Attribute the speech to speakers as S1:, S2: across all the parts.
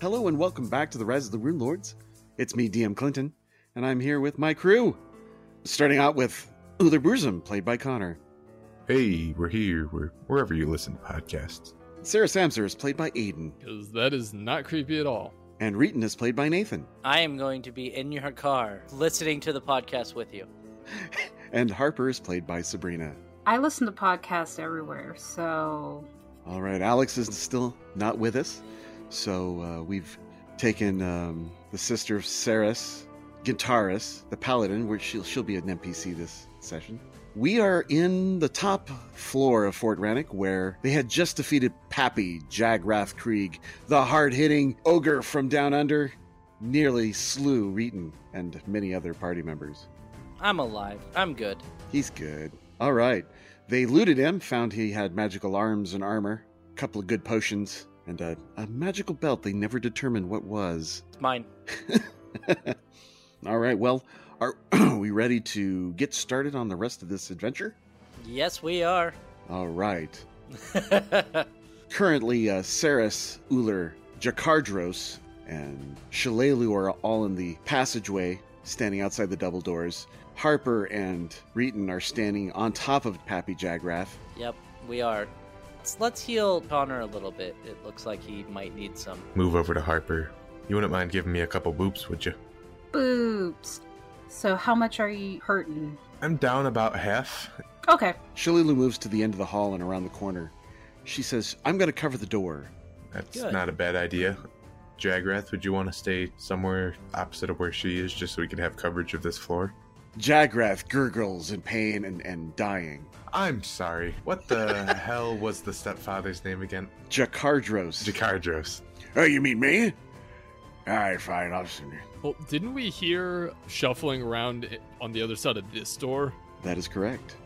S1: Hello and welcome back to the Rise of the Rune Lords. It's me, DM Clinton, and I'm here with my crew. Starting out with Uther Burzum, played by Connor.
S2: Hey, we're here. We're wherever you listen to podcasts.
S1: Sarah Samser is played by Aiden,
S3: Because that is not creepy at all.
S1: and Reeton is played by Nathan.
S4: I am going to be in your car listening to the podcast with you.
S1: And Harper is played by Sabrina.
S5: I listen to podcasts everywhere, so
S1: All right, Alex is still not with us, so uh, we've taken um, the sister of Ceres, Gintaris, the paladin, which she'll, she'll be an NPC this session. We are in the top floor of Fort Rannoch, where they had just defeated Pappy Jagrath Krieg, the hard-hitting ogre from down under, nearly slew Reeton and many other party members.
S4: I'm alive. I'm good.
S1: He's good. All right. They looted him, found he had magical arms and armor, a couple of good potions, and a, a magical belt they never determined what was.
S4: It's mine.
S1: All right. Well, are we ready to get started on the rest of this adventure?
S4: Yes, we are.
S1: All right.
S4: That's
S1: Currently, uh, Saris, Uller, Jakardros, and Shalelu are all in the passageway, standing outside the double doors. Harper and Reeton are standing on top of Pappy Jagrath.
S4: Yep, we are. Let's, let's heal Connor a little bit. It looks like he might need some.
S2: Move over to Harper. You wouldn't mind giving me a couple boops, would you?
S5: boobs. So how much are you hurting?
S2: I'm down about half.
S5: Okay.
S1: Shalilu moves to the end of the hall and around the corner. She says, I'm going to cover the door.
S2: That's
S4: Good.
S2: not a bad idea. Jagrath, would you want to stay somewhere opposite of where she is just so we can have coverage of this floor?
S1: Jagrath gurgles in pain and, and dying.
S2: I'm sorry. What the hell was the stepfather's name again?
S1: Jakardros.
S2: Jakardros.
S1: oh, you mean me? All right, fine, I'll send you.
S3: Well, didn't we hear shuffling around i- on the other side of this door?
S1: That is correct.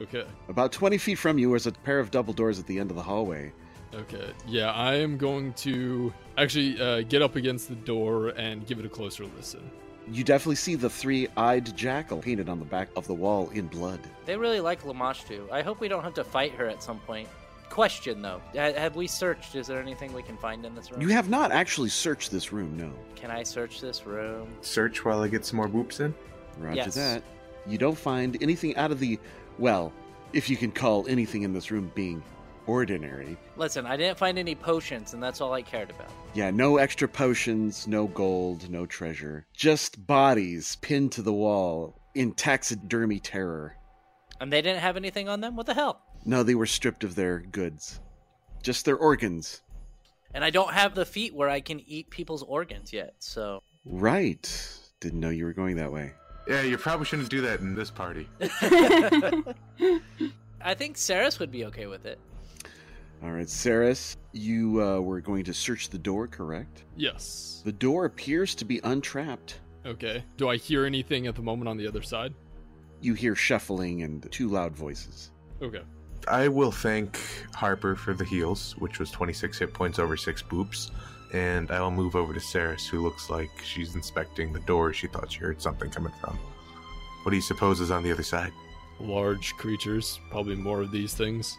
S3: Okay.
S1: About 20 feet from you is a pair of double doors at the end of the hallway.
S3: Okay. Yeah, I am going to actually uh, get up against the door and give it a closer listen.
S1: You definitely see the three eyed jackal painted on the back of the wall in blood.
S4: They really like Lamash too. I hope we don't have to fight her at some point. Question though, ha- have we searched? Is there anything we can find in this room?
S1: You have not actually searched this room, no.
S4: Can I search this room?
S2: Search while I get some more boops in.
S1: Roger
S4: Yes.
S1: that. You don't find anything out of the, well, if you can call anything in this room being ordinary.
S4: Listen, I didn't find any potions, and that's all I cared about.
S1: Yeah, no extra potions, no gold, no treasure. Just bodies pinned to the wall in taxidermy terror.
S4: And they didn't have anything on them. What the hell?
S1: No, they were stripped of their goods, just their organs.
S4: And I don't have the feet where I can eat people's organs yet, so.
S1: Right. Didn't know you were going that way.
S2: Yeah, you probably shouldn't do that in this party.
S4: I think Saris would be okay with it.
S1: All right, Saris, you uh, were going to search the door, correct?
S3: Yes.
S1: The door appears to be untrapped.
S3: Okay. Do I hear anything at the moment on the other side?
S1: You hear shuffling and two loud voices.
S3: Okay.
S2: I will thank Harper for the heals, which was 26 hit points over 6 boops, and I will move over to Saris, who looks like she's inspecting the door she thought she heard something coming from. What do you suppose is on the other side?
S3: Large creatures. Probably more of these things.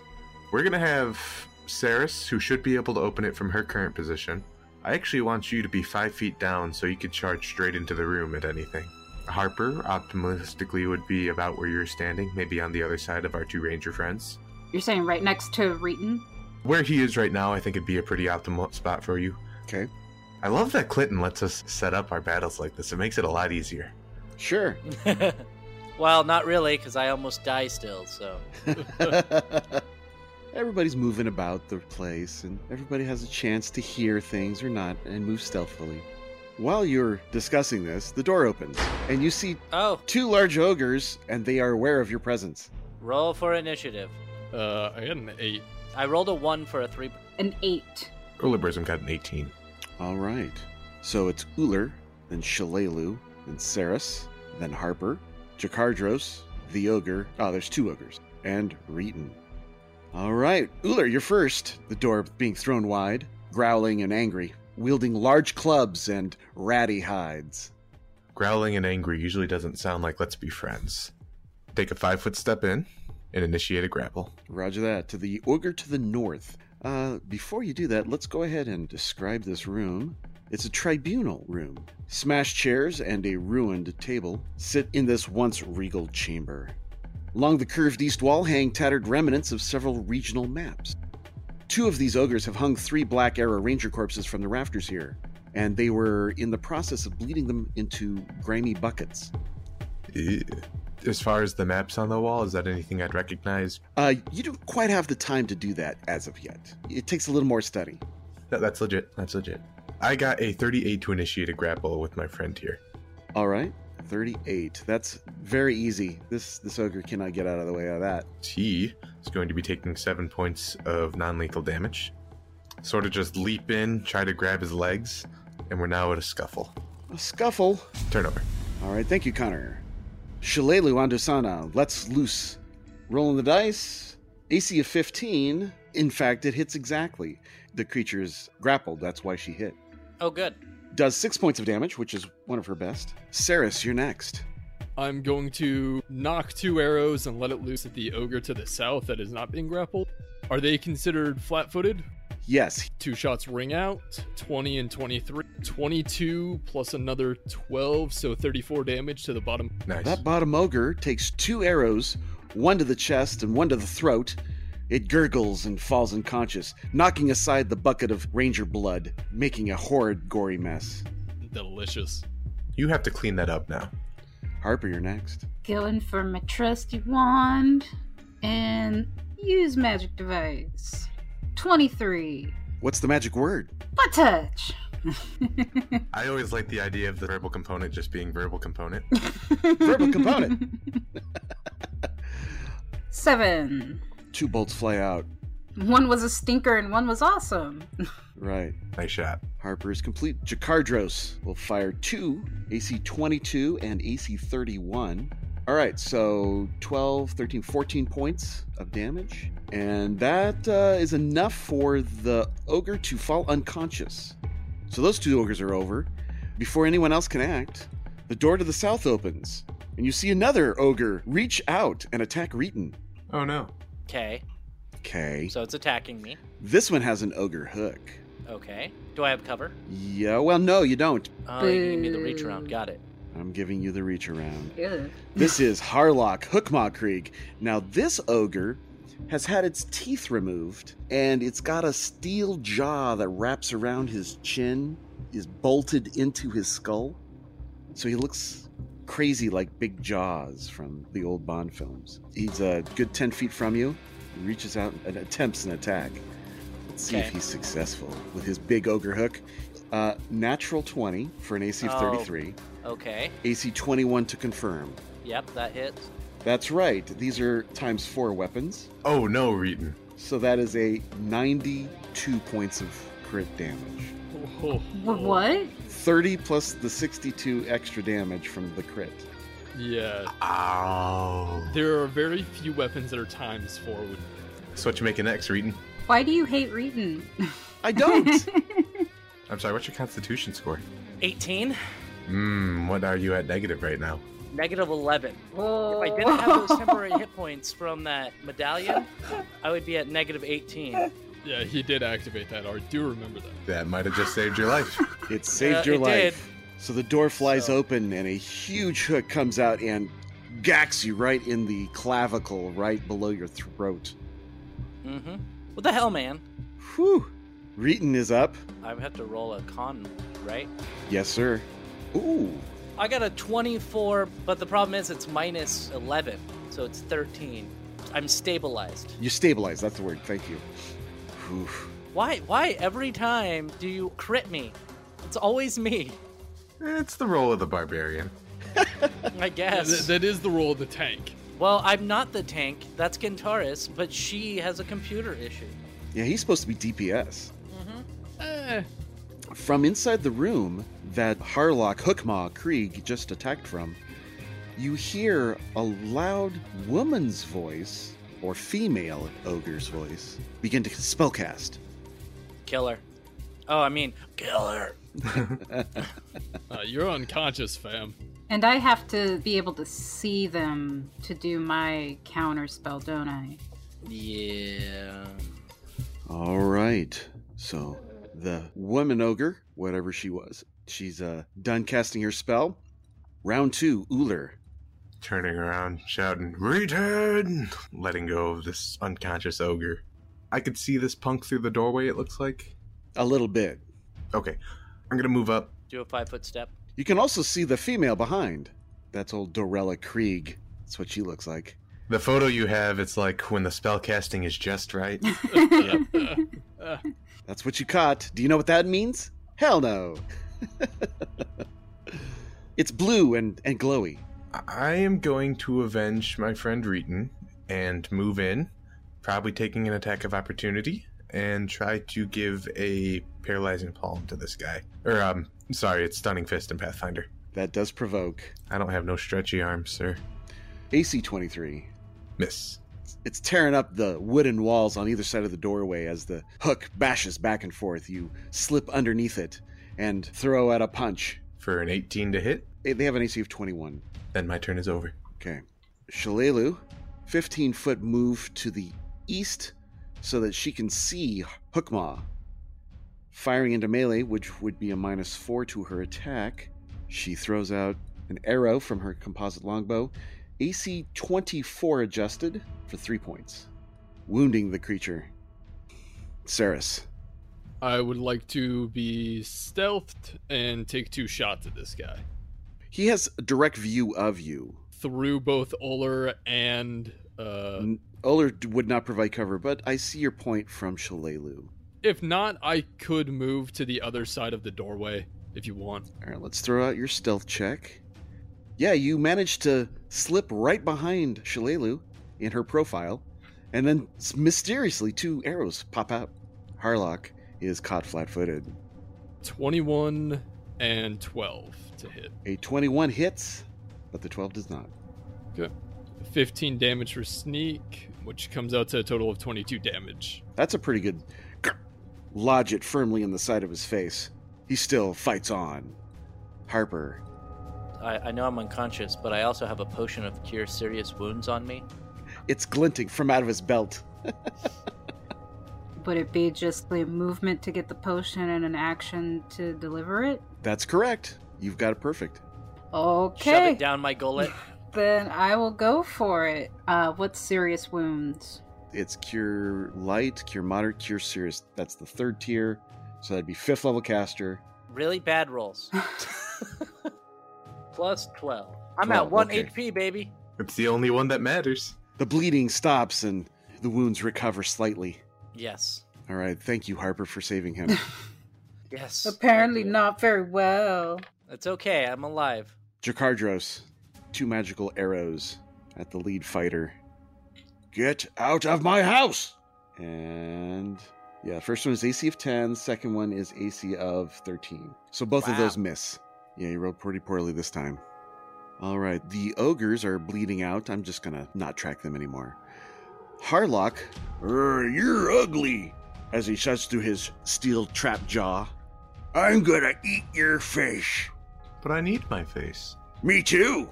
S2: We're gonna have Saris, who should be able to open it from her current position. I actually want you to be 5 feet down so you could charge straight into the room at anything. Harper, optimistically, would be about where you're standing, maybe on the other side of our two ranger friends.
S5: You're saying right next to Reeton?
S2: Where he is right now, I think it'd be a pretty optimal spot for you.
S1: Okay.
S2: I love that Clinton lets us set up our battles like this. It makes it a lot easier.
S1: Sure.
S4: well, not really, because I almost die still, so.
S1: Everybody's moving about the place, and everybody has a chance to hear things or not and move stealthily. While you're discussing this, the door opens, and you see
S4: Oh,
S1: two large ogres, and they are aware of your presence.
S4: roll for initiative.
S3: Uh, I got an eight.
S4: I rolled a one for a three.
S5: An eight.
S2: Ulibrism got an 18.
S1: All right. So it's Uller, then Shalelu, then Saris, then Harper, Jakardros, the ogre. Oh, there's two ogres, and Reeton. All right, Uller, you're first. The door being thrown wide, growling and angry, wielding large clubs and ratty hides.
S2: Growling and angry usually doesn't sound like let's be friends. Take a five foot step in and initiate a grapple.
S1: Roger that. To the ogre to the north. Uh, before you do that, let's go ahead and describe this room. It's a tribunal room. Smashed chairs and a ruined table sit in this once regal chamber. Along the curved east wall hang tattered remnants of several regional maps. Two of these ogres have hung three Black Arrow Ranger corpses from the rafters here, and they were in the process of bleeding them into grimy buckets.
S2: Eh. As far as the maps on the wall, is that anything I'd recognize?
S1: Uh, you don't quite have the time to do that as of yet. It takes a little more study.
S2: No, that's legit. That's legit. I got a 38 to initiate a grapple with my friend here.
S1: All right, 38. That's very easy. This this ogre cannot get out of the way of that.
S2: He is going to be taking seven points of non lethal damage. Sort of just leap in, try to grab his legs, and we're now at a scuffle.
S1: A scuffle.
S2: Turnover.
S1: All right, thank you, Connor. Shillelu Andusana lets loose. Rolling the dice. AC of 15. In fact, it hits exactly. The creature is grappled. That's why she hit.
S4: Oh, good.
S1: Does six points of damage, which is one of her best. Saris, you're next.
S3: I'm going to knock two arrows and let it loose at the ogre to the south that is not being grappled. Are they considered flat footed?
S1: Yes,
S3: Two shots ring out 20 and 23. 22 plus another 12, so 34 damage to the bottom.
S2: Nice.
S1: That bottom ogre takes two arrows, one to the chest and one to the throat. It gurgles and falls unconscious, knocking aside the bucket of ranger blood, making a horrid, gory mess.
S3: Delicious.
S2: You have to clean that up now.
S1: Harper, you're next.
S5: Going for my trusty wand and use magic device. 23.
S1: What's the magic word?
S5: Butt touch.
S2: I always like the idea of the verbal component just being verbal component.
S1: Verbal component.
S5: Seven.
S1: Two bolts fly out.
S5: One was a stinker and one was awesome.
S1: Right.
S2: Nice shot.
S1: Harper's complete. Jakardros will fire two, AC 22 and AC 31. All right, so 12, 13, 14 points of damage. And that uh, is enough for the ogre to fall unconscious. So those two ogres are over. Before anyone else can act, the door to the south opens, and you see another ogre reach out and attack Reeton.
S2: Oh no.
S4: Okay.
S1: Okay.
S4: So it's attacking me.
S1: This one has an ogre hook.
S4: Okay. Do I have cover?
S1: Yeah, well, no, you don't.
S4: Oh, you give me the reach
S5: Boo.
S4: around. Got it.
S1: I'm giving you the reach around.
S5: Good.
S1: This is Harlock Hookmaw Creek. Now, this ogre has had its teeth removed, and it's got a steel jaw that wraps around his chin, is bolted into his skull. So he looks crazy like Big Jaws from the old Bond films. He's a good 10 feet from you, He reaches out and attempts an attack. Let's see if
S4: Okay.
S1: he's successful with his big ogre hook. Uh, natural 20 for an AC of
S4: Oh.
S1: 33,
S4: Okay.
S1: AC 21 to confirm.
S4: Yep, that hits.
S1: That's right. These are times four weapons.
S2: Oh no, Reeton.
S1: So that is a 92 points of crit damage.
S3: Oh,
S5: Wh- What?
S1: 30 plus the 62 extra damage from the crit.
S3: Yeah.
S2: Ow.
S3: There are very few weapons that are times forward.
S2: So what you making next, Reeton?
S5: Why do you hate reading?
S1: I don't!
S2: I'm sorry, what's your constitution score?
S4: 18?
S2: Mmm, what are you at negative right now?
S4: Negative 11.
S5: Oh.
S4: If I didn't have those temporary hit points from that medallion, I would be at negative 18.
S3: Yeah, he did activate that. I do remember that.
S2: That might have just saved your life.
S1: it saved
S4: Yeah,
S1: your
S4: Uh, it did.
S1: life. So the door flies
S4: So-
S1: open and a huge hook comes out and gacks you right in the clavicle, right below your throat.
S4: Mm-hmm. What the hell, man?
S1: Whew! Reeton is up.
S4: I would have to roll a con, right?
S1: Yes, sir. Ooh.
S4: I got a 24, but the problem is it's minus 11, so it's 13. I'm stabilized.
S1: You stabilize. That's the word. Thank you. Whew.
S4: Why? Why every time do you crit me? It's always me.
S2: it's the role of the barbarian.
S4: I guess.
S3: Th- that is the role of the tank.
S4: Well, I'm not the tank. That's Gintaris, but she has a computer issue.
S1: Yeah, he's supposed to be DPS.
S3: Eh,
S1: From inside the room that Harlock Hookmaw Krieg just attacked from, you hear a loud woman's voice, or female ogre's voice, begin to spellcast.
S4: Killer. Oh, I mean, killer.
S3: uh, you're unconscious, fam.
S5: And I have to be able to see them to do my counter spell, don't I?
S4: Yeah.
S1: All right. So the woman ogre, whatever she was, she's uh, done casting her spell. Round two, Uller.
S2: turning around, shouting, Return! Letting go of this unconscious ogre. I could see this punk through the doorway, it looks like.
S1: A little bit.
S2: Okay, I'm gonna move up.
S4: Do a five foot step.
S1: You can also see the female behind. That's old Dorella Krieg. That's what she looks like.
S2: The photo you have, it's like when the spell casting is just right.
S3: Uh,
S1: That's what you caught. Do you know what that means? Hell no. it's blue and, and glowy.
S2: I am going to avenge my friend Reeton and move in, probably taking an attack of opportunity, and try to give a paralyzing palm to this guy. Or, um, sorry, it's Stunning Fist and Pathfinder.
S1: That does provoke.
S2: I don't have no stretchy arms, sir.
S1: AC 23.
S2: Miss.
S1: It's tearing up the wooden walls on either side of the doorway as the hook bashes back and forth. You slip underneath it and throw out a punch.
S2: For an 18 to hit,
S1: They they have an AC of 21.
S2: then my turn is over.
S1: Okay. Shalelu, 15 foot move to the east so that she can see Hookma. Firing into melee, which would be a minus four to her attack, she throws out an arrow from her composite longbow, AC 24 adjusted for three points, wounding the creature. Saris.
S3: I would like to be stealthed and take two shots at this guy
S1: He has a direct view of you.
S3: through both Uller and uh,
S1: N- Uller would not provide cover, but I see your point from Shalelu.
S3: if not, I could move to the other side of the doorway if you want.
S1: All right, let's throw out your stealth check. Yeah, you managed to slip right behind Shalelu in her profile, and then s- mysteriously two arrows pop out. Harlock is caught flat-footed.
S3: Twenty-one and twelve to hit.
S1: A 21 hits, but the 12 does not.
S3: 15 damage for sneak, which comes out to a total of 22 damage.
S1: That's a pretty good lodge it firmly in the side of his face. He still fights on. Harper,
S4: I, I know I'm unconscious, but I also have a potion of cure serious wounds on me.
S1: it's glinting from out of his belt.
S5: Would it be just a movement to get the potion and an action to deliver it?
S1: That's correct. You've got it perfect.
S4: Shove
S5: Okay,
S4: it down my gullet.
S5: then I will go for it. Uh, what's serious wounds?
S1: it's cure light, cure moderate, cure serious. That's the third tier. So that'd be fifth level caster.
S4: Really bad rolls. Plus 12. I'm
S1: Well,
S4: at 1
S1: okay.
S4: HP, baby.
S2: It's the only one that matters.
S1: The bleeding stops and the wounds recover slightly.
S4: Yes.
S1: All right. Thank you, Harper, for saving him.
S4: Yes.
S5: Apparently
S4: Thank you.
S5: not very well.
S4: It's okay. I'm alive.
S1: Jakardros, two magical arrows at the lead fighter. Get out of my house! And yeah, first one is AC of 10, second one is AC of 13. So both of
S4: Wow.
S1: those miss. Yeah, you rolled pretty poorly this time. All right, the ogres are bleeding out. I'm just gonna not track them anymore. Harlock, "Er, you're ugly, as he shuts through his steel trap jaw. I'm gonna eat your fish.
S2: But I need my face.
S1: Me too.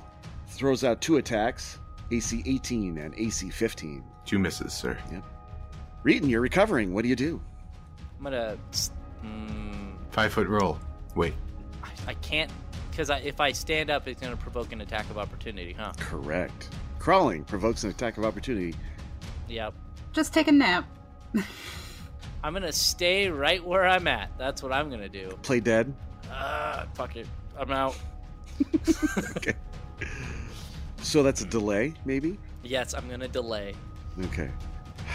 S1: Throws out two attacks, AC 18 and AC 15.
S2: Two misses, sir.
S1: Reeton, you're recovering. What do you do?
S4: I'm gonna. Mm,
S2: Five foot roll. Wait.
S4: I, I can't. Because I, if I stand up, it's gonna provoke an attack of opportunity, huh?
S1: Correct. Crawling provokes an attack of opportunity.
S4: Yep.
S5: Just take a nap.
S4: I'm gonna stay right where I'm at. That's what I'm gonna do.
S1: Play dead.
S4: Uh, fuck it. I'm out.
S1: So that's a delay, maybe?
S4: Yes, I'm gonna delay.
S1: Okay.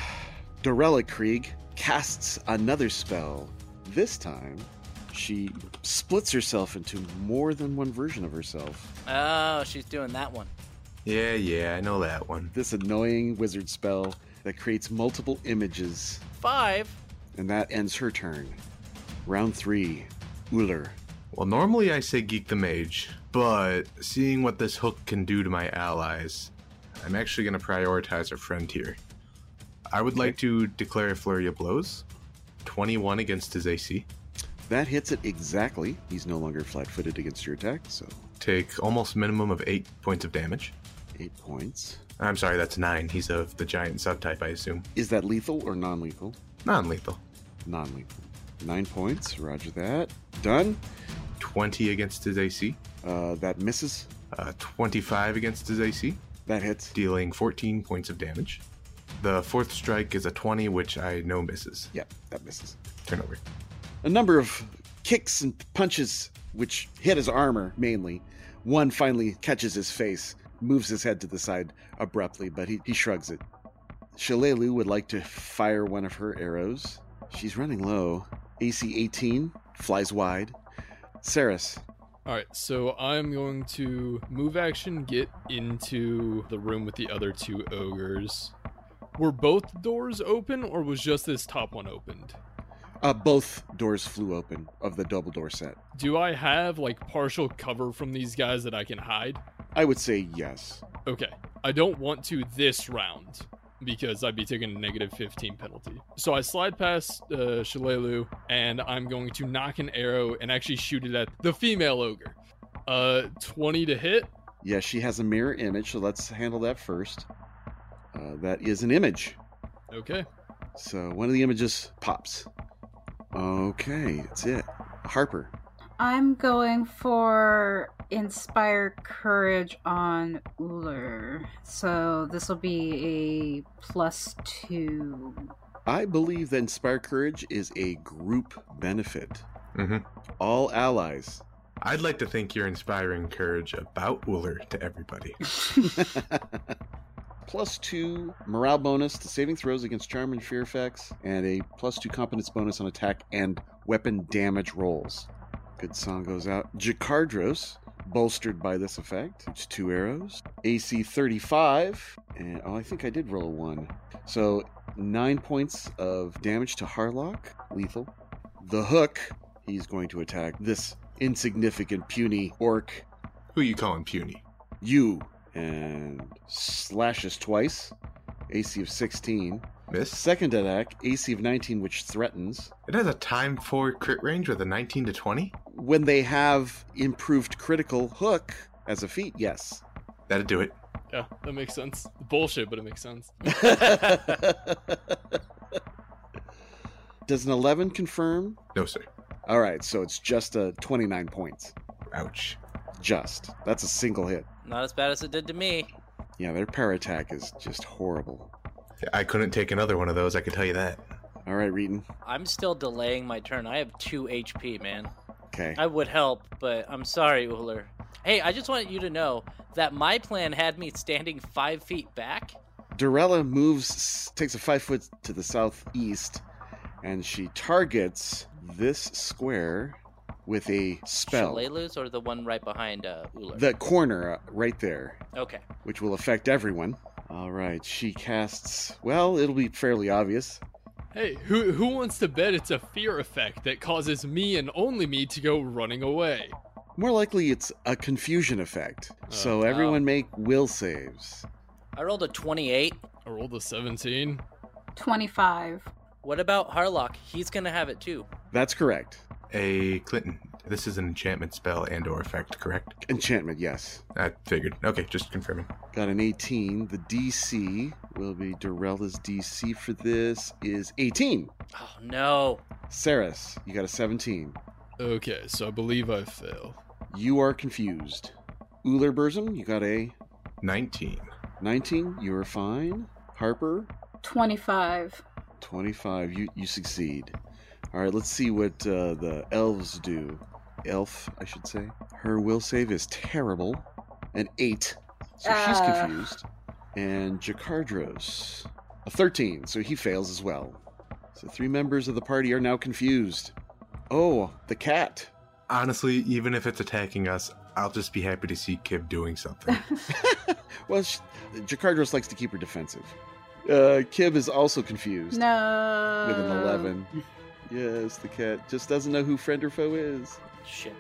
S1: Dorella Krieg casts another spell. This time, she splits herself into more than one version of herself.
S4: Oh, she's doing that one.
S2: Yeah, yeah, I know that one.
S1: This annoying wizard spell that creates multiple images
S4: Five.
S1: And that ends her turn. Round three, Uller.
S2: Well, normally I say geek the mage, but seeing what this hook can do to my allies, I'm actually going to prioritize our friend here. I would like to declare a flurry of blows. 21 against his AC.
S1: That hits it exactly. He's no longer flat footed against your attack, so
S2: Take almost minimum of 8 points of damage.
S1: eight points.
S2: I'm sorry, that's 9. He's of the giant subtype, I assume.
S1: Is that lethal or non lethal?
S2: Non lethal.
S1: Non lethal. Nine points. Roger that. Done.
S2: 20 against his AC.
S1: Uh, that misses.
S2: Uh, 25 against his AC,
S1: That hits.
S2: dealing 14 points of damage. The fourth strike is a 20, which I know misses.
S1: Yeah, that misses.
S2: Turnover.
S1: a number of kicks and punches which hit his armor mainly. One finally catches his face, moves his head to the side abruptly, but he, he shrugs it. Shalelu would like to fire one of her arrows. She's running low. AC 18 flies wide. Saris,
S3: All right, so I'm going to move action, get into the room with the other two ogres. Were both doors open, or was just this top one opened?
S1: uh, both doors flew open of the double door set.
S3: Do I have like partial cover from these guys that I can hide?
S1: I would say yes.
S3: Okay, I don't want to this round because I'd be taking a negative 15 penalty. So I slide past uh, Shalelu and I'm going to knock an arrow and actually shoot it at the female ogre. Uh, 20 to hit.
S1: Yes, she has a mirror image, so let's handle that first. Uh, that is an image.
S3: Okay.
S1: So one of the images pops. Okay, that's it. Harper.
S5: I'm going for inspire courage on Uller. So this will be a plus two.
S1: I believe that Inspire Courage is a group benefit.
S2: hmm
S1: All allies.
S2: I'd like to think you're inspiring courage about Wooler to everybody.
S1: plus two morale bonus to saving throws against charm and fear effects, and a plus two competence bonus on attack and weapon damage rolls. Good song goes out. Jacardros, bolstered by this effect. It's two arrows. AC 35. And oh, I think I did roll a one. So nine points of damage to Harlock, lethal. The hook, he's going to attack this insignificant, puny orc
S2: Who you calling puny?
S1: you and slashes twice ac of 16
S2: Miss?
S1: second attack ac of 19 which threatens
S2: It has a time four crit range with a 19 to 20.
S1: when they have improved critical hook as a feat yes
S2: That'd do it.
S3: Yeah, that makes sense. Bullshit, but it makes sense.
S1: does an 11 confirm
S2: No, sir.
S1: all right so it's just a 29 points
S2: Ouch.
S1: just that's a single hit
S4: Not as bad as it did to me.
S1: yeah their power attack is just horrible
S2: I couldn't take another one of those, I could tell you that.
S1: all right Reeton.
S4: I'm still delaying my turn. I have two HP, man.
S1: okay
S4: I would help, but I'm sorry, Uller. Hey, I just want you to know that my plan had me standing five feet back.
S1: Dorella moves, takes a five foot to the southeast, and she targets this square with a spell.
S4: Shalalu's or the one right behind uh, Uller?
S1: The corner uh, right there,
S4: Okay.
S1: which will affect everyone. All right, she casts. Well, it'll be fairly obvious.
S3: Hey, who who wants to bet it's a fear effect that causes me and only me to go running away?
S1: More likely, it's a confusion effect. so
S3: Oh.
S1: everyone make will saves.
S4: I rolled a 28.
S3: I rolled a 17.
S5: 25.
S4: What about Harlock? He's going to have it too.
S1: That's correct.
S2: A Clinton. This is an enchantment spell and or effect, correct?
S1: Enchantment, yes.
S2: I figured. Okay, just confirming.
S1: Got an 18. The DC will be Dorella's DC for this is 18.
S4: Oh, no.
S1: Saris, you got a 17.
S3: Okay, so I believe I fail.
S1: You are confused. Uller Burzum, you got a
S2: 19.
S1: 19. You are fine. Harper,
S5: 25.
S1: 25. You you succeed. All right, let's see what uh, the elves do. Elf, I should say. Her will save is terrible. An 8. So she's
S5: Ah.
S1: confused. And Jacardros, a 13. So he fails as well. So three members of the party are now confused. Oh, the cat.
S2: Honestly, even if it's attacking us, I'll just be happy to see Kib doing something.
S1: well, she, Jacardros likes to keep her defensive. Uh, Kib is also confused
S5: No.
S1: with an 11. Yes, the cat just doesn't know who friend or foe is.
S4: Shit.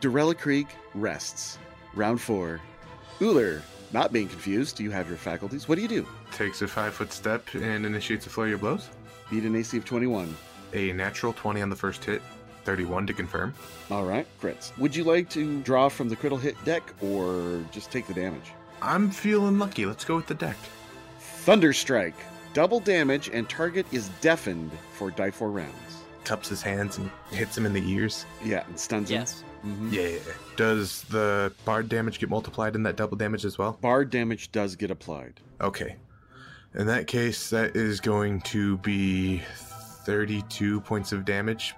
S1: Dorella Creek rests. Round four. Uller, not being confused, do you have your faculties? What do you do?
S2: Takes a five foot step and initiates a flurry of blows.
S1: Beat an AC of 21.
S2: A natural 20 on the first hit, 31 to confirm.
S1: All right, crits. Would you like to draw from the critical hit deck or just take the damage?
S2: I'm feeling lucky. Let's go with the deck.
S1: Thunderstrike. double damage, and target is deafened for die four rounds.
S2: Cups his hands and hits him in the ears.
S1: Yeah, and stuns him.
S4: Yes.
S1: Mhm.
S2: Yeah. Does the bard damage get multiplied in that double damage as well?
S1: Bard damage does get applied.
S2: Okay. In that case, that is going to be 32 points of damage.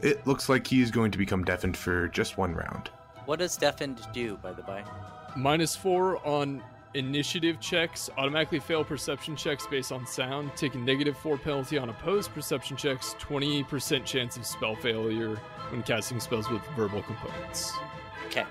S2: It looks like he's going to become deafened for just one round.
S4: What does deafened do, by the by?
S3: Minus four on initiative checks, automatically fail perception checks based on sound, take a negative four penalty on opposed perception checks, 20% chance of spell failure when casting spells with verbal components.
S4: Okay.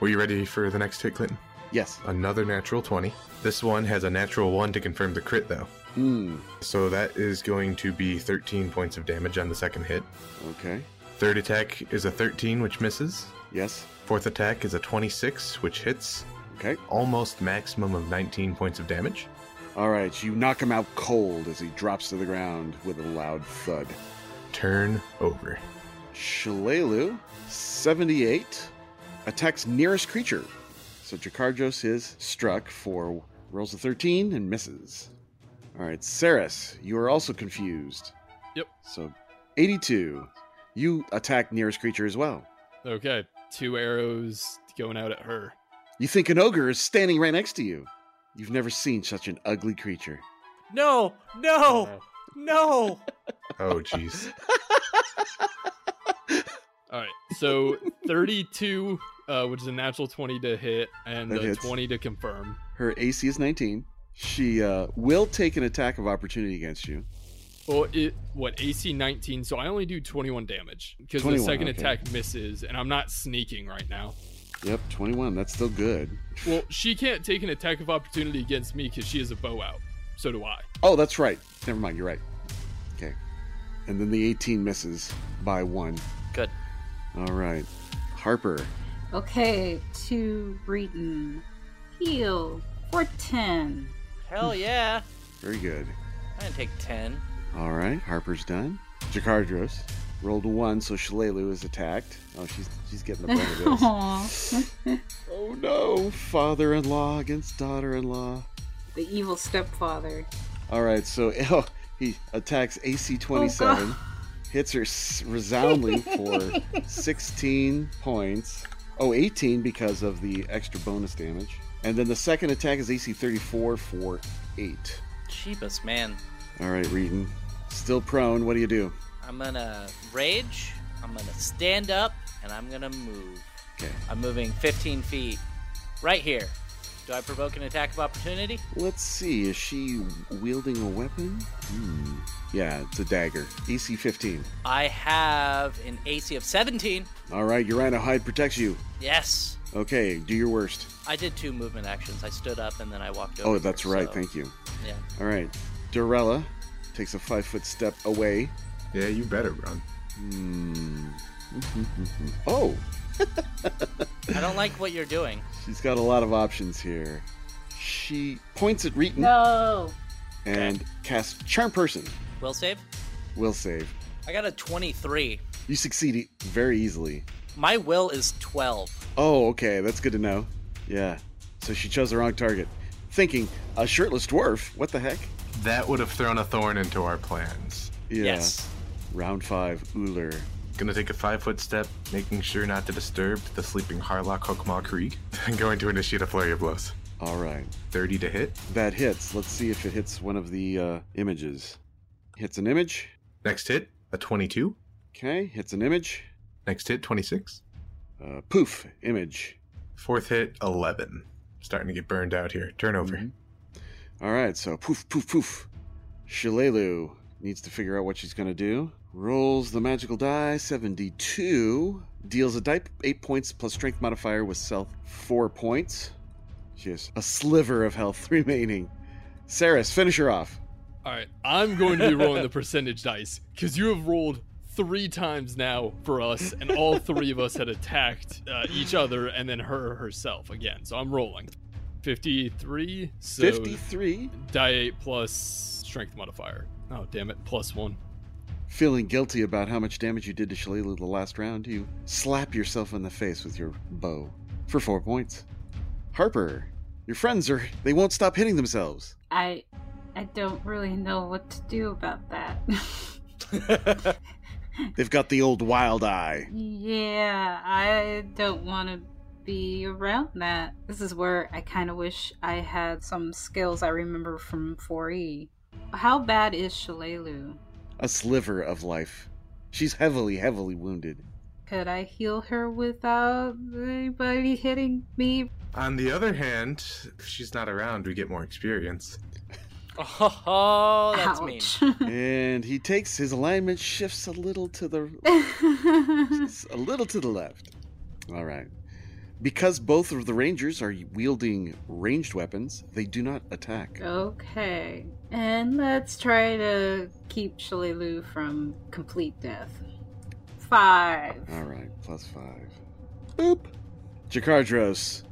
S2: Were you ready for the next hit, Clinton?
S1: Yes.
S2: Another natural 20. This one has a natural 1 to confirm the crit, though.
S1: Hmm.
S2: So that is going to be 13 points of damage on the second hit.
S1: Okay.
S2: Third attack is a 13, which misses.
S1: Yes.
S2: Fourth attack is a 26, which hits.
S1: Okay.
S2: Almost maximum of 19 points of damage.
S1: All right. You knock him out cold as he drops to the ground with a loud thud.
S2: Turn over.
S1: Shalelu, 78, attacks nearest creature. So Jakarjos is struck for rolls a 13 and misses. All right, Ceres, you are also confused.
S3: Yep.
S1: So 82, you attack nearest creature as well.
S3: Okay, two arrows going out at her.
S1: You think an ogre is standing right next to you. You've never seen such an ugly creature.
S4: No! No! No!
S2: Oh, jeez.
S3: All right, so 32, uh, which is a natural 20 to hit, and
S1: That
S3: a
S1: hits.
S3: 20 to confirm.
S1: Her AC is 19. She uh, will take an attack of opportunity against you.
S3: Well, it what AC 19, so I only do 21 damage because the
S1: 21,
S3: second
S1: okay.
S3: attack misses, and I'm not sneaking right now.
S1: Yep, 21. That's still good.
S3: Well, she can't take an attack of opportunity against me because she has a bow out. So do I.
S1: Oh, that's right. Never mind. You're right. Okay. And then the 18 misses by one.
S4: Good.
S1: All right. Harper.
S5: Okay, to Reeton. Heal for 10.
S1: Hmm.
S4: Hell yeah!
S1: Very good.
S4: I didn't take 10.
S1: All right. Harper's done. Jakardros rolled a one, so Shalelu is attacked. Oh, she's she's getting the brunt of this.
S5: Aw,
S1: oh no! Father-in-law against daughter-in-law.
S5: the evil stepfather.
S1: All right. So oh, he attacks AC 27. Hits her s- resoundingly for 16 points. Oh, 18 because of the extra bonus damage. And then the second attack is AC 34 for 8.
S4: Cheapest man.
S1: All right, Reeton. Still prone. What do you do?
S4: I'm gonna rage, I'm gonna stand up, and I'm gonna move.
S1: Okay.
S4: I'm moving 15 feet. Right here. Do I provoke an attack of opportunity?
S1: Let's see. Is she wielding a weapon? Hmm. Yeah, it's a dagger. AC 15.
S4: I have an AC of 17.
S1: All right, Urano Hyde protects you.
S4: Yes.
S1: Okay, do your worst.
S4: I did two movement actions. I stood up and then I walked over.
S1: Oh, that's right. Thank you.
S4: Yeah.
S1: All right. Dorella takes a five foot step away.
S2: Yeah, you better run.
S1: Hmm. oh,
S4: I don't like what you're doing.
S1: she's got a lot of options here. She points at Reeton
S5: No!
S1: and casts Charm Person.
S4: Will save?
S1: Will save.
S4: I got a 23.
S1: You succeed e- very easily.
S4: My will is 12.
S1: Oh, okay, that's good to know. Yeah. So she chose the wrong target. Thinking, a shirtless dwarf? What the heck?
S2: That would have thrown a thorn into our plans.
S1: Yeah.
S4: Yes.
S1: Round five, Uller.
S2: Gonna take a five foot step, making sure not to disturb the sleeping Harlock Hokmaw Krieg. and going to initiate a flurry of blows.
S1: All right.
S2: 30 to hit.
S1: That hits. Let's see if it hits one of the uh, images. Hits an image.
S2: Next hit, a 22.
S1: Okay, hits an image.
S2: Next hit, 26.
S1: Uh, poof, image.
S2: Fourth hit, 11. Starting to get burned out here. Turnover.
S1: Mhm. All right, so poof, poof, poof. Shillelu needs to figure out what she's going to do. Rolls the magical die, 72. Deals a die, 8 points plus strength modifier with self, 4 points. She has a sliver of health remaining. Saris, finish her off.
S3: All right, I'm going to be rolling the percentage dice because you have rolled three times now for us, and all three of us had attacked uh, each other and then her herself again. So I'm rolling 53. So
S1: 53.
S3: die 8 plus strength modifier. Oh, damn it. Plus one.
S1: Feeling guilty about how much damage you did to Shillelu the last round, you slap yourself in the face with your bow for 4 points. Harper, your friends are, they won't stop hitting themselves.
S5: I I don't really know what to do about that.
S1: They've got the old wild eye.
S5: yeah, I don't want to be around that. This is where I kind of wish I had some skills I remember from 4E. How bad is Shalelu?
S1: a sliver of life. She's heavily, heavily wounded.
S5: Could I heal her without anybody hitting me?
S2: On the other hand, if she's not around, we get more experience.
S4: oh, that's mean.
S5: Ouch.
S1: and he takes his alignment shifts a little to the a little to the left. All right. Because both of the rangers are wielding ranged weapons, they do not attack.
S5: okay. And let's try to keep Shalelu from complete death. Five.
S1: All right, plus 5. Boop. Jakardros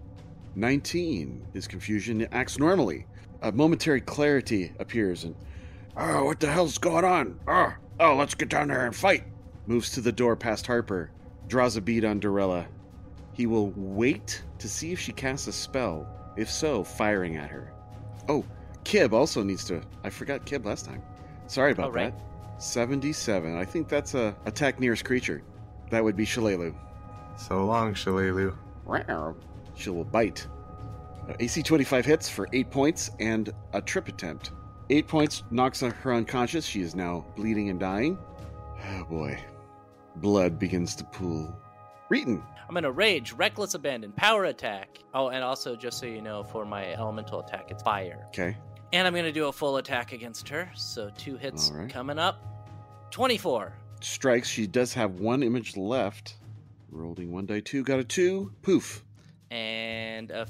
S1: 19. His confusion acts normally. A momentary clarity appears and Oh, what the hell's going on? Oh, oh, let's get down there and fight. Moves to the door past Harper, draws a bead on Dorella. He will wait to see if she casts a spell, if so, firing at her. Oh, Kib also needs to. I forgot Kib last time. Sorry about
S4: All right.
S1: that. 77. I think that's a attack nearest creature. That would be Shalelu.
S2: So long, Shalelu.
S1: She will bite. Uh, AC 25 hits for 8 points and a trip attempt. 8 points knocks her unconscious. She is now bleeding and dying. Oh boy. Blood begins to pool. Reeton.
S4: I'm in a rage, reckless abandon, power attack. Oh, and also, just so you know, for my elemental attack, it's fire.
S1: Okay.
S4: And I'm going to do a full attack against her. So two hits
S1: All right.
S4: coming up. 24.
S1: Strikes. She does have one image left. Rolling 1 die 2. Got a 2. Poof.
S4: And a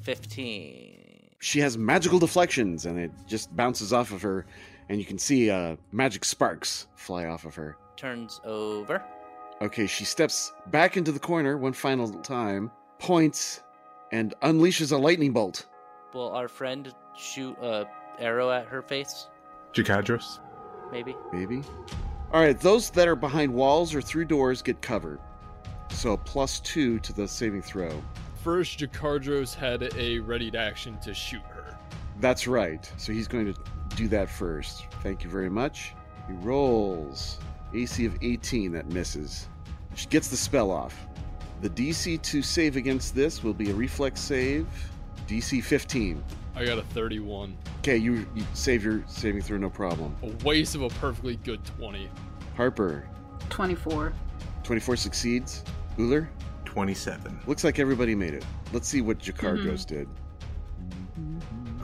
S4: 15.
S1: She has magical deflections and it just bounces off of her. And you can see uh, magic sparks fly off of her.
S4: Turns over.
S1: Okay, she steps back into the corner one final time, points, and unleashes a lightning bolt.
S4: Will our friend shoot a arrow at her face?
S2: Jacadros?
S4: Maybe.
S1: Maybe. All right, those that are behind walls or through doors get covered. So plus two to the saving throw.
S3: First, Jakardros had a readied action to shoot her.
S1: That's right. So he's going to do that first. Thank you very much. He rolls AC of 18. That misses. She gets the spell off. The DC to save against this will be a reflex save, DC 15.
S3: I got a 31.
S1: Okay, you, you save your saving throw, no problem.
S3: A waste of a perfectly good 20.
S1: Harper,
S5: 24.
S1: 24 succeeds. Uller,
S2: 27.
S1: looks like everybody made it. Let's see what Jacargos did.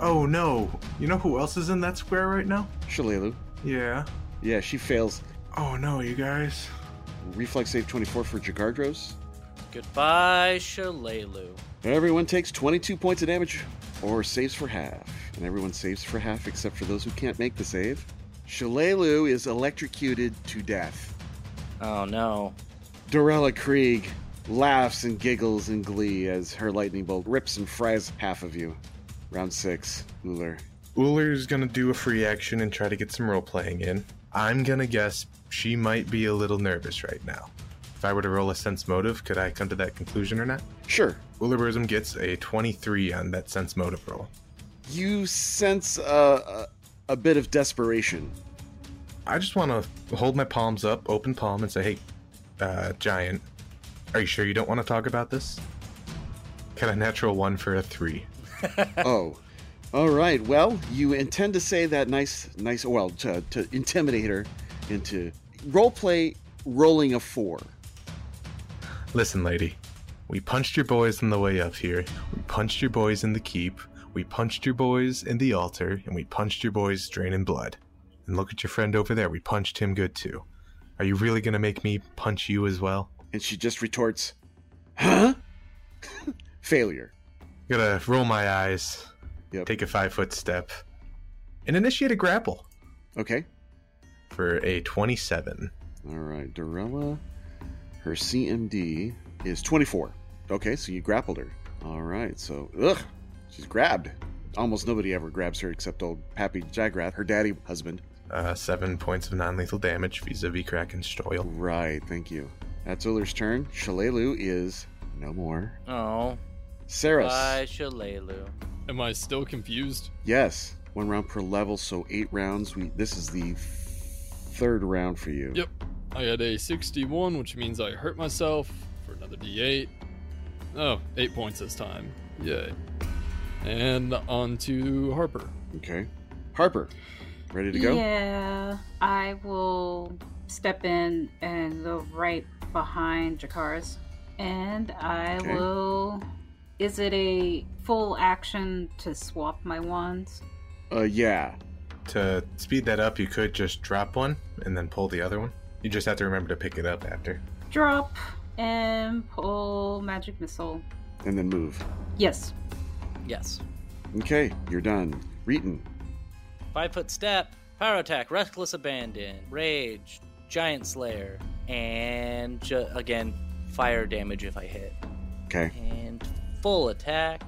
S2: Oh no! You know who else is in that square right now?
S1: Shalelu.
S2: Yeah.
S1: Yeah, she fails.
S2: Oh no, you guys.
S1: Reflex save 24 for Jacargos.
S4: Goodbye, Shalelu.
S1: Everyone takes 22 points of damage or saves for half. And everyone saves for half except for those who can't make the save. Shalelu is electrocuted to death.
S4: Oh no.
S1: Dorella Krieg laughs and giggles in glee as her lightning bolt rips and fries half of you. Round six, Uller.
S2: Uller's gonna do a free action and try to get some role playing in. I'm gonna guess she might be a little nervous right now. If I were to roll a sense motive, could I come to that conclusion or not?
S1: Sure,
S2: Ullerism gets a 23 on that sense motive roll.
S1: you sense a, a, a bit of desperation.
S2: I just want to hold my palms up, open palm, and say, "Hey, uh, giant, are you sure you don't want to talk about this?" Got a natural one for a three.
S1: oh, all right. Well, you intend to say that nice, nice. Well, to, to intimidate her into roleplay rolling a four.
S2: Listen, lady, we punched your boys on the way up here. We punched your boys in the keep. We punched your boys in the altar, and we punched your boys draining blood. And look at your friend over there. We punched him good too. Are you really gonna make me punch you as well?
S1: And she just retorts, "Huh?" Failure.
S2: Gotta roll my eyes,
S1: Yep.
S2: take a five foot step, and initiate a grapple
S1: Okay.
S2: for a twenty-seven.
S1: All right, Dorella. Her CMD is 24. Okay, so you grappled her. All right, so ugh, she's grabbed. Almost nobody ever grabs her except old Pappy Jagrath, her daddy husband.
S2: Uh, seven points of non-lethal damage vis-a-vis Kraken's Stoil.
S1: Right, thank you. That's Uller's turn. Shalelu is no more.
S4: Oh.
S1: Saris.
S4: Bye, Shalelu.
S3: Am I still confused?
S1: Yes. One round per level, so eight rounds. We this is the third round for you.
S3: Yep. I got a 61, which means I hurt myself for another d8. Oh, eight points this time. Yay. And on to Harper.
S1: Okay. Harper, ready to go?
S5: Yeah, I will step in and go right behind Jakar's. And I
S1: Okay.
S5: will. Is it a full action to swap my wands?
S1: Uh, yeah.
S2: To speed that up, you could just drop one and then pull the other one. You just have to remember to pick it up after.
S5: Drop and pull magic missile.
S1: And then move.
S5: Yes.
S4: Yes.
S1: Okay, you're done. Reeton.
S4: Five foot step, power attack, reckless abandon, rage, giant slayer, and ju- again, fire damage if I hit.
S1: Okay.
S4: And full attack.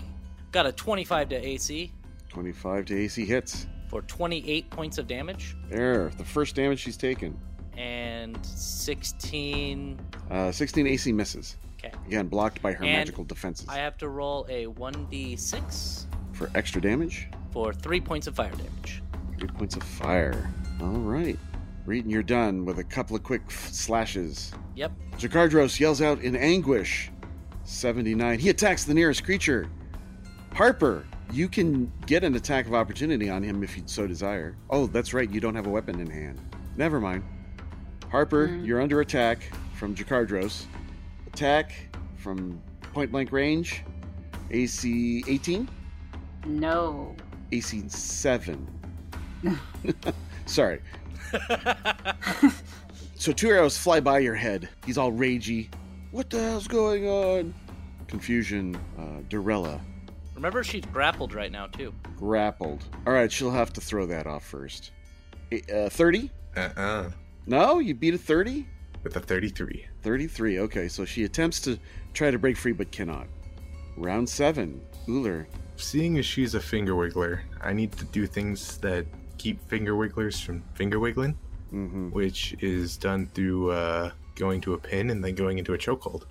S4: Got a 25 to AC
S1: 25 to AC hits.
S4: for 28 points of damage
S1: There, the first damage she's taken.
S4: and 16.
S1: Uh, 16 AC misses.
S4: Okay.
S1: Again, blocked by her
S4: And
S1: magical defenses.
S4: I have to roll a 1d6
S1: For extra damage,
S4: for 3 points of fire damage.
S1: three points of fire. All right. Reeton, you're done with a couple of quick f- slashes.
S4: Yep.
S1: Jakardros yells out in anguish. 79. He attacks the nearest creature. Harper, you can get an attack of opportunity on him if you so desire. Oh, that's right, you don't have a weapon in hand. Never mind. Harper,
S5: Mm.
S1: you're under attack from Jakardros. Attack from point blank range. AC 18?
S5: No.
S1: AC 7. Sorry. So two arrows fly by your head. He's all ragey. What the hell's going on? Confusion. Uh, Dorella
S4: Remember, she's grappled right now, too.
S1: grappled. All right, she'll have to throw that off first. Eh, Uh, 30?
S2: Uh uh
S1: No, you beat a 30?
S2: With a 33.
S1: 33. Okay, so she attempts to try to break free but cannot. Round seven. Uller.
S2: Seeing as she's a finger wiggler, I need to do things that keep finger wigglers from finger wiggling,
S1: Mm-hmm.
S2: which is done through uh, going to a pin and then going into a chokehold.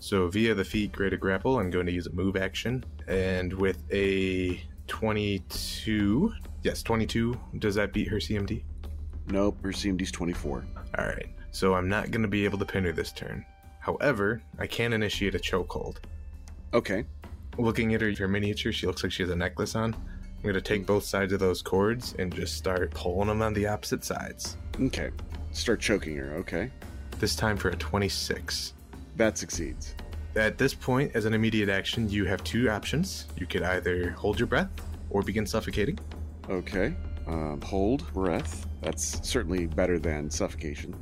S2: So via the feet, greater grapple, I'm going to use a move action, and with a 22, yes, 22, does that beat her CMD?
S1: Nope, her CMD's 24.
S2: All right, so I'm not going to be able to pin her this turn. However, I can initiate a chokehold.
S1: Okay.
S2: looking at her, her miniature, she looks like she has a necklace on. I'm gonna take both sides of those cords and just start pulling them on the opposite sides.
S1: Okay. Start choking her. Okay.
S2: This time for a 26.
S1: That succeeds.
S2: At this point, as an immediate action, you have two options. You could either hold your breath or begin suffocating.
S1: Okay. Um, hold breath. That's certainly better than suffocation.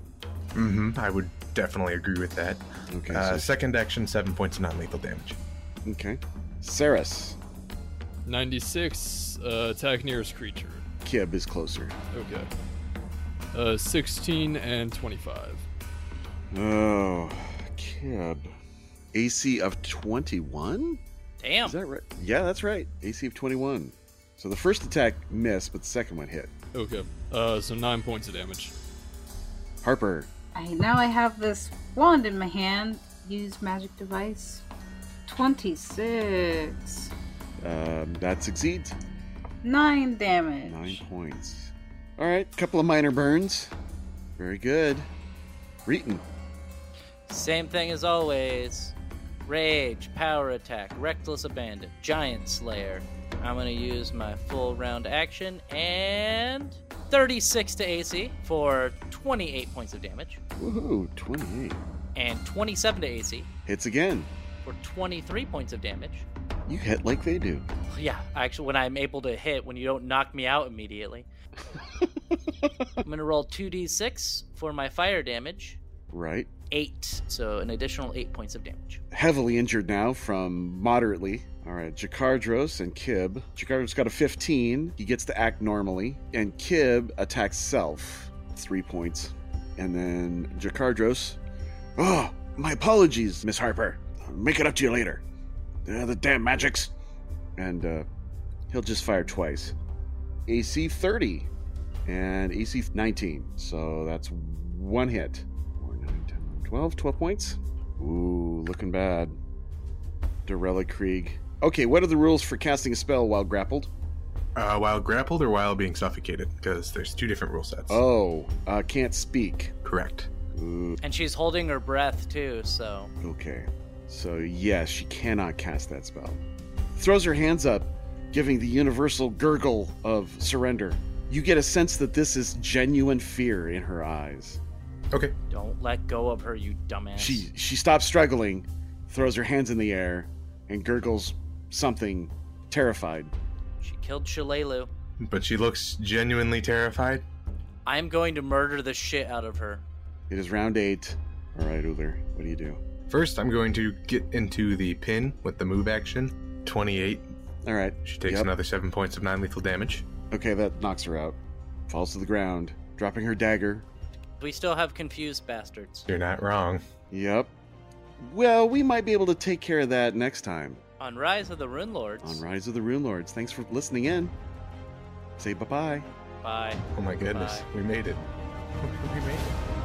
S2: Mm-hmm. I would definitely agree with that.
S1: Okay.
S2: Uh,
S1: so-
S2: second action, seven points of non-lethal damage.
S1: okay. Saris.
S3: 96, uh, attack nearest creature.
S1: Kib is closer.
S3: Okay. Uh, 16 and 25.
S1: Oh, Kib. AC of 21?
S4: Damn.
S1: Is that right? Yeah, that's right. AC of 21. So the first attack missed, but the second one hit.
S3: Okay. Uh, so 9 points of damage.
S1: Harper.
S5: I now I have this wand in my hand. Use magic device. Twenty six.
S1: Um, that succeeds.
S5: Nine damage.
S1: Nine points. All right. Couple of minor burns. Very good. Reeton.
S4: Same thing as always. Rage, power attack, reckless abandon, giant slayer. I'm gonna use my full round action and 36 to AC for 28 points of damage,
S1: Woohoo. 28.
S4: and 27 to AC
S1: Hits again.
S4: for 23 points of damage.
S1: You hit like they do.
S4: Yeah, actually, when I'm able to hit, when you don't knock me out immediately, I'm gonna roll 2d6 for my fire damage,
S1: Right.
S4: eight, so an additional eight points of damage.
S1: heavily injured now from moderately. All right, Jakardros and Kib. Jakardros got a 15. He gets to act normally. And Kib attacks self. Three points. And then Jakardros. Oh, my apologies, Miss Harper. I'll make it up to you later. Uh, the damn magics. And uh, he'll just fire twice. AC 30 and AC 19. So that's one hit. 4, 9, 10, 12, 12 points. Ooh, looking bad. Dorella Krieg. Okay, what are the rules for casting a spell while grappled?
S2: Uh, while grappled or while being suffocated, because there's two different rule sets.
S1: Oh, uh, can't speak.
S2: Correct.
S1: Ooh,
S4: And she's holding her breath too, so.
S1: Okay. So, yes, she cannot cast that spell. Throws her hands up, giving the universal gurgle of surrender. You get a sense that this is genuine fear in her eyes.
S2: Okay.
S4: Don't let go of her, you dumbass.
S1: She she stops struggling, throws her hands in the air, and gurgles something terrified.
S4: She killed Shalelu.
S2: But she looks genuinely terrified.
S4: I'm going to murder the shit out of her.
S1: It is round eight. All right, Uller, what do you do?
S2: First, I'm going to get into the pin with the move action. 28.
S1: All right.
S2: She takes
S1: Yep.
S2: another 7 points of non lethal damage.
S1: Okay, that knocks her out. Falls to the ground, dropping her dagger.
S4: We still have confused bastards.
S2: You're not wrong.
S1: Yep. Well, we might be able to take care of that next time
S4: On Rise of the Rune Lords.
S1: on Rise of the Rune Lords. Thanks for listening in. Say bye bye.
S4: Bye.
S2: Oh my goodness. We made it. we made it.